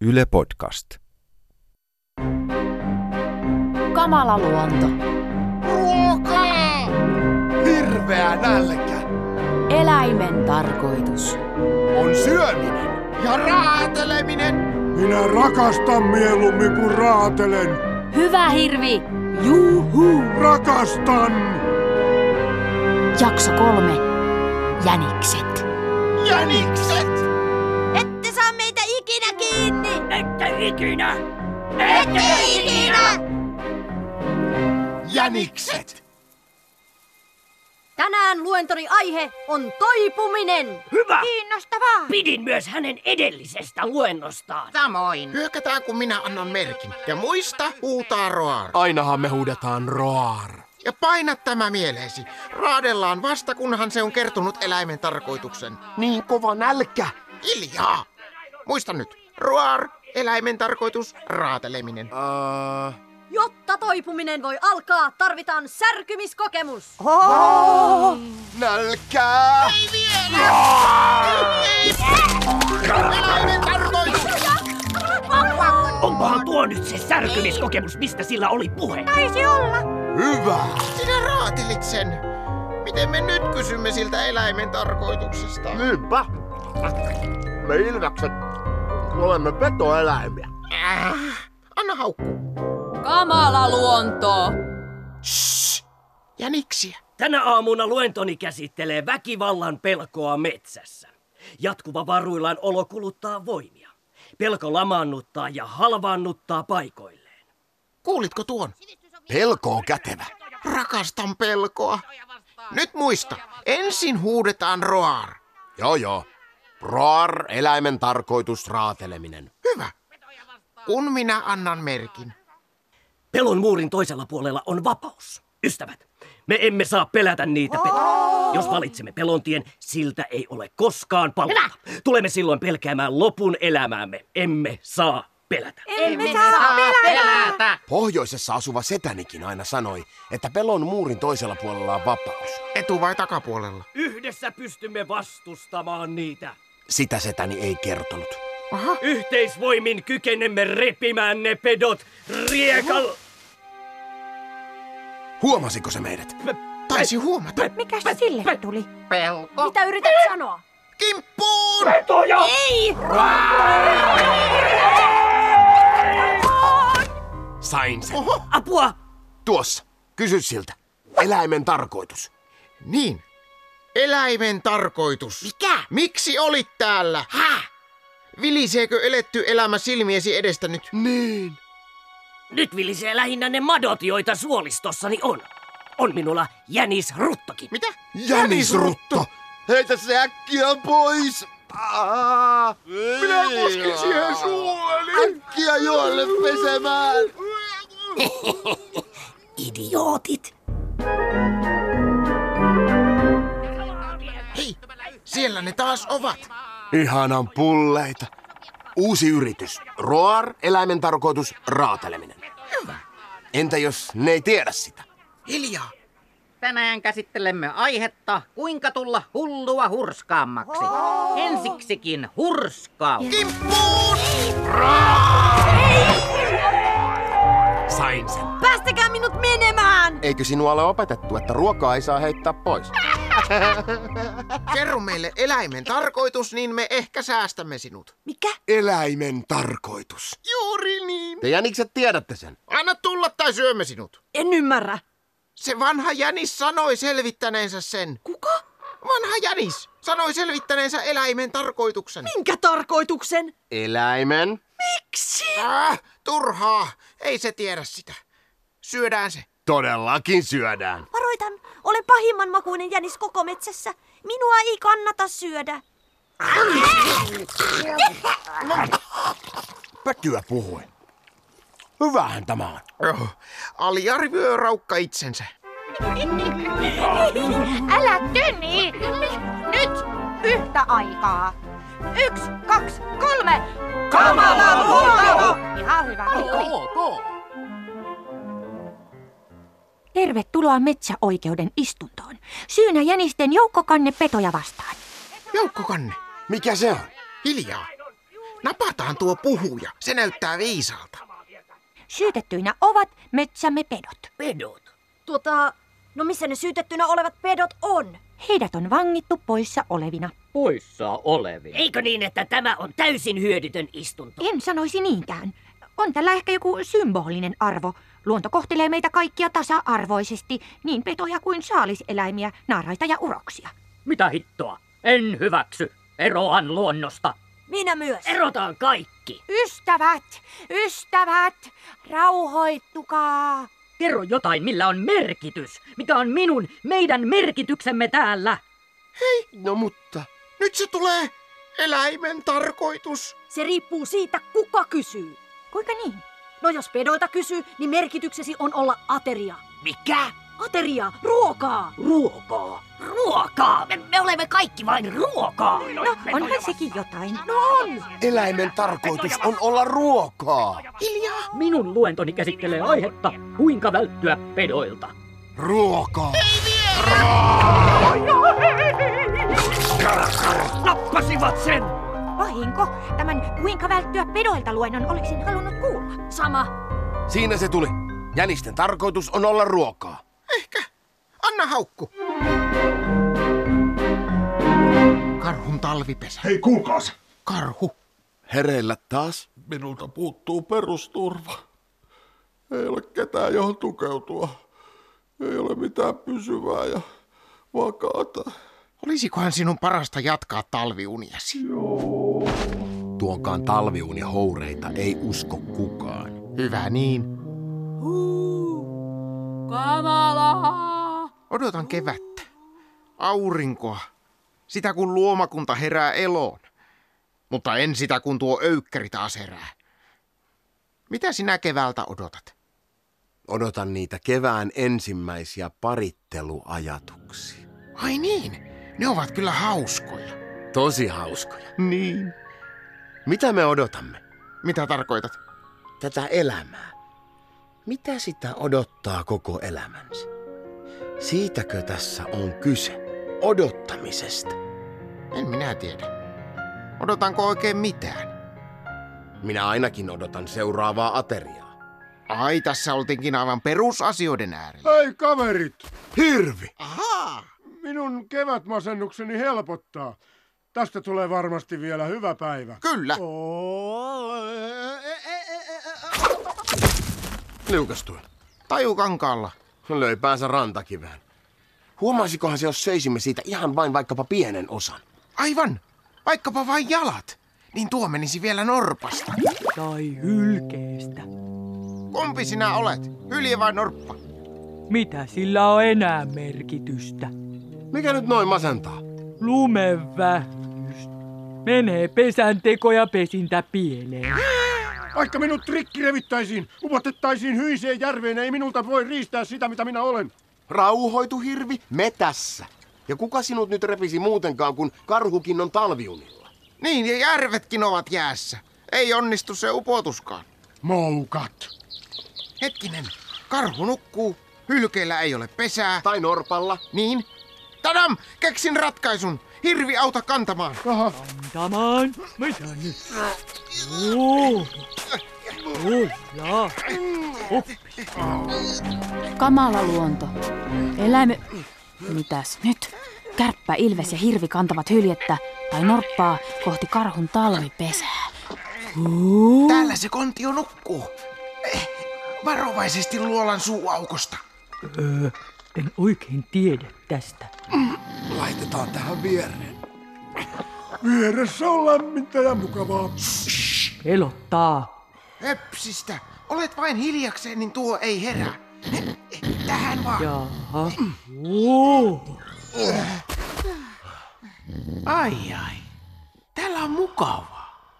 Yle Podcast. Kamala luonto, Ruokaa! Hirveä nälkä eläimen tarkoitus, on syöminen ja raateleminen. Minä rakastan mieluummin kuin raatelen. hyvä hirvi, juhu, Rakastan! jakso kolme, jänikset. Jänikset! Ette saa meitä ikinä kiinni! Ette ikinä! Ette ikinä! Jänikset! Tänään luentoni aihe on toipuminen. Hyvä! Kiinnostavaa! Pidin myös hänen edellisestä luennostaan. Samoin. Hyökätään kun minä annan merkin. Ja muista huutaa roar. Ainahan me huudetaan roar. Ja paina tämä mieleesi. Raadellaan vasta kunhan se on kertonut eläimen tarkoituksen. Niin kova nälkä. Hiljaa! Muista nyt. Roar, eläimen tarkoitus, raateleminen. Ah. Uh, Jotta toipuminen voi alkaa, tarvitaan särkymiskokemus. nälkää! Eläimen tarkoitus! Onkohan tuo nyt se särkymiskokemus, mistä sillä oli puhe? Hyvä! Sinä raatelit sen. Miten me nyt kysymme siltä eläimen tarkoituksesta? Niinpä. Me ilvekset olemme petoeläimiä. Anna haukku. Kamala luonto, Jäniksiä. Tänä aamuna luentoni käsittelee väkivallan pelkoa metsässä. Jatkuva varuillaan olo kuluttaa voimia. Pelko lamaannuttaa ja halvaannuttaa paikoilleen. Kuulitko tuon? Pelko on kätevä. Rakastan pelkoa. Nyt muista, ensin huudetaan roar. Joo joo. Roar, eläimen tarkoitus, raateleminen. Hyvä. Kun minä annan merkin. Pelon muurin toisella puolella on vapaus. Ystävät, me emme saa pelätä niitä petoja. Jos valitsemme pelontien, siltä ei ole koskaan paluuta. Tulemme silloin pelkäämään lopun elämäämme. Emme saa pelätä. Emme saa pelätä! Pohjoisessa asuva setänikin aina sanoi, että pelon muurin toisella puolella on vapaus. Etu- vai takapuolella? Yhdessä pystymme vastustamaan niitä. Sitä setäni ei kertonut. Yhteisvoimin kykenemme repimään ne pedot riekal... Huomasiko se meidät? Taisi huomata. Mikä sille tuli? Pelko. Mitä yrität sanoa? Kimppuun! Sain sen. Apua! Tuossa. Kysy siltä. Eläimen tarkoitus. Niin. Eläimen tarkoitus. Mikä? Miksi olit täällä? Häh? Viliseekö eletty elämä silmiesi edestä nyt? Niin. Nyt vilisee lähinnä ne madot, joita suolistossani on. On minulla jänis ruttokin. Mitä? Jänisrutto! Heitä se äkkiä pois! Aa, minä koskin siihen suoli! Äkkiä joelle pesemään! Idiootit! Hei, siellä ne taas ovat. Ihanan pulleita. Uusi yritys. Roar, eläimen tarkoitus, raateleminen. Entä jos ne ei tiedä sitä? Hiljaa. Tänään käsittelemme aihetta, kuinka tulla hullua hurskaammaksi. Ensiksikin hurskaus. Kimppuun! Sain sen. Päästäkää minut menemään! Eikö sinua ole opetettu, että ruokaa ei saa heittää pois? Kerro meille eläimen tarkoitus, niin me ehkä säästämme sinut. Eläimen tarkoitus. Juuri niin. Te jänikset tiedätte sen. Anna tulla tai syömme sinut. en ymmärrä. Se vanha jänis sanoi selvittäneensä sen. Kuka? Vanha jänis sanoi selvittäneensä eläimen tarkoituksen. Minkä tarkoituksen? Eläimen Äh, turhaa. Ei se tiedä sitä. Syödään se. todellakin syödään. Varoitan, olen pahimman makuinen jänis koko metsässä. Minua ei kannata syödä. Pötyä puhuen. Hyvähän tämä on. Oh, aliarvioi raukka itsensä. Älä töni! Nyt yhtä aikaa. Yksi, kaksi, kolme. Kamala luonto! Ihan hyvä. Tervetuloa metsäoikeuden istuntoon. Syynä jänisten joukkokannepetoja vastaan. Joukkokanne, Mikä se on? hiljaa. Napataan tuo puhuja. Se näyttää viisalta. Syytettyinä ovat metsämme pedot. Pedot. Tuota, no missä ne syytettynä olevat pedot on? Heidät on vangittu poissa olevina. Poissa olevia. Eikö niin, että tämä on täysin hyödytön istunto? En sanoisi niinkään. On tällä ehkä joku symbolinen arvo. Luonto kohtelee meitä kaikkia tasa-arvoisesti, niin petoja kuin saaliseläimiä, naaraita ja uroksia. Mitä hittoa? En hyväksy. Eroan luonnosta. Minä myös. Erotaan kaikki. Ystävät, ystävät, rauhoittukaa. Kerro jotain, millä on merkitys. Mikä on minun, meidän merkityksemme täällä? No mutta... Nyt se tulee eläimen tarkoitus. Se riippuu siitä, kuka kysyy. Kuinka niin? No jos pedoilta kysyy, niin merkityksesi on olla ateria. Mikä? Ateria, ruokaa. Ruokaa. Ruokaa! Me, me olemme kaikki vain ruokaa! No, onhan sekin jotain. No on. Eläimen tarkoitus on olla ruokaa. Minun luentoni käsittelee aihetta, kuinka välttyä pedoilta. Ruokaa. Nappasivat sen! Vahinko, tämän kuinka välttyä pedoilta luennon olisin halunnut kuulla. Sama. Siinä se tuli. Jänisten tarkoitus on olla ruokaa. Ehkä. Anna haukku. Karhun talvipesä. Hei, kuulkaas. Karhu. Hereillä taas. Minulta puuttuu perusturva. Ei ole ketään johon tukeutua. Ei ole mitään pysyvää ja vakaata. Olisikohan sinun parasta jatkaa talviuniasi? Tuonkaan talviuni houreita ei usko kukaan. Hyvä niin. Kamalaa! Odotan kevättä, aurinkoa, sitä kun luomakunta herää eloon. Mutta en sitä kun tuo öykkäri taas herää. Mitä sinä keväältä odotat? Odotan niitä kevään ensimmäisiä paritteluajatuksia. Ai niin, ne ovat kyllä hauskoja. Tosi hauskoja. Niin. Mitä me odotamme? Mitä tarkoitat? Tätä elämää. Mitä sitä odottaa koko elämänsä? Siitäkö tässä on kyse? Odottamisesta. En minä tiedä. Odotanko oikein mitään? Minä ainakin odotan seuraavaa ateriaa. Ai, tässä oltiinkin aivan perusasioiden äärellä. Hei, kaverit! Hirvi! Ahaa! Minun kevätmasennukseni helpottaa. Tästä tulee varmasti vielä hyvä päivä. Kyllä. Liukastuin. Taju kankaalla. Löi päänsä rantakivään. Huomasikohan se, jos söisimme siitä ihan vain vaikkapa pienen osan? Aivan. Vaikkapa vain jalat. Niin tuo menisi vielä norpasta. Tai hylkeestä. Kumpi sinä olet? Hylje vai norppa? Mitä sillä on enää merkitystä? Mikä nyt noin masentaa? Lumen vähys. Menee pesän teko ja pesintä pieleen. Vaikka minut rikki revittäisiin, upotettaisiin hyiseen järveen, ei minulta voi riistää sitä, mitä minä olen. Rauhoitu hirvi, me tässä. Ja kuka sinut nyt repisi muutenkaan, kun karhukin on talviunilla? Niin, ja järvetkin ovat jäässä. Ei onnistu se upotuskaan. Moukat. Hetkinen, karhu nukkuu, hylkeellä ei ole pesää. Tai norpalla? Niin? Tadam! Keksin ratkaisun! Hirvi auta kantamaan! Aha, Antamaan. Mitä nyt? Oo. Oo, jaa. Kamala luonto. Eläime... Mitäs nyt? Kärppä, ilves ja hirvi kantavat hyljettä tai norppaa kohti karhun talvipesää. Täällä se kontio nukkuu. Eh, Varovaisesti luolan suuaukosta. En oikein tiedä tästä. Laitetaan tähän viereen. vieressä on lämmintä ja mukavaa. Pelottaa. Höpsistä! Olet vain hiljakseen, niin tuo ei herää. Eh, eh, Tähän vaan. Jaha. Oo. Ai ai. Täällä on mukavaa.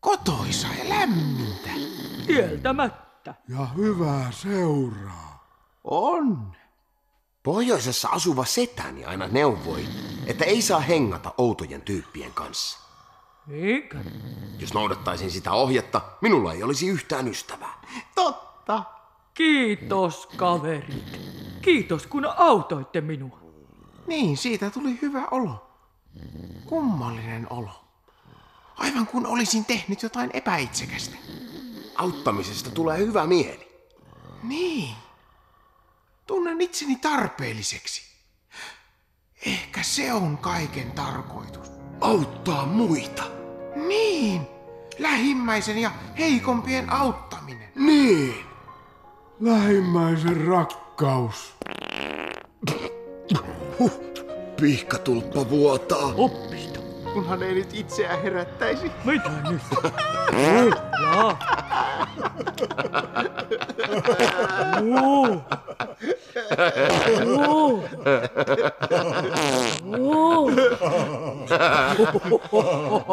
Kotoisa ja lämmintä. Kieltämättä. Ja hyvää seuraa. On. Pohjoisessa asuva setäni aina neuvoi, että ei saa hengata outojen tyyppien kanssa. Eikä. Jos noudattaisin sitä ohjetta, minulla ei olisi yhtään ystävää. Totta. Kiitos, kaverit. Kiitos, kun autoitte minua. Niin, siitä tuli hyvä olo. Kummallinen olo. Aivan kun olisin tehnyt jotain epäitsekästä. Auttamisesta tulee hyvä mieli. Niin. Tunnen itseni tarpeelliseksi. Ehkä se on kaiken tarkoitus. Auttaa muita. Niin. Lähimmäisen ja heikompien auttaminen. Niin. Lähimmäisen rakkaus. Pihkatulppa vuotaa. Kunhan ei nyt itseä herättäisi. Mitä nyt? Jaa. Oo. Oo. Oo.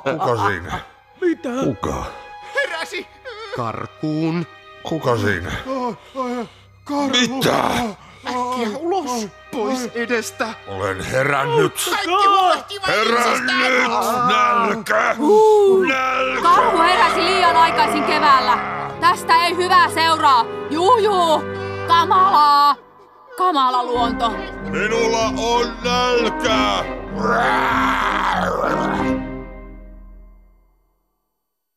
Kuka siinä? Mitä? Kuka? Heräsi! Karkuun. Kuka siinä? Mitä? Äkkiä ulos. Pois edestä. Olen herännyt. Kaikki huolehtivat Herännyt! Nälkä! Nälkä! Karhu heräsi liian aikaisin keväällä. Tästä ei hyvää seuraa. Juu, juu. Kamalaa. Kamala luonto. Minulla on nälkä! Rää!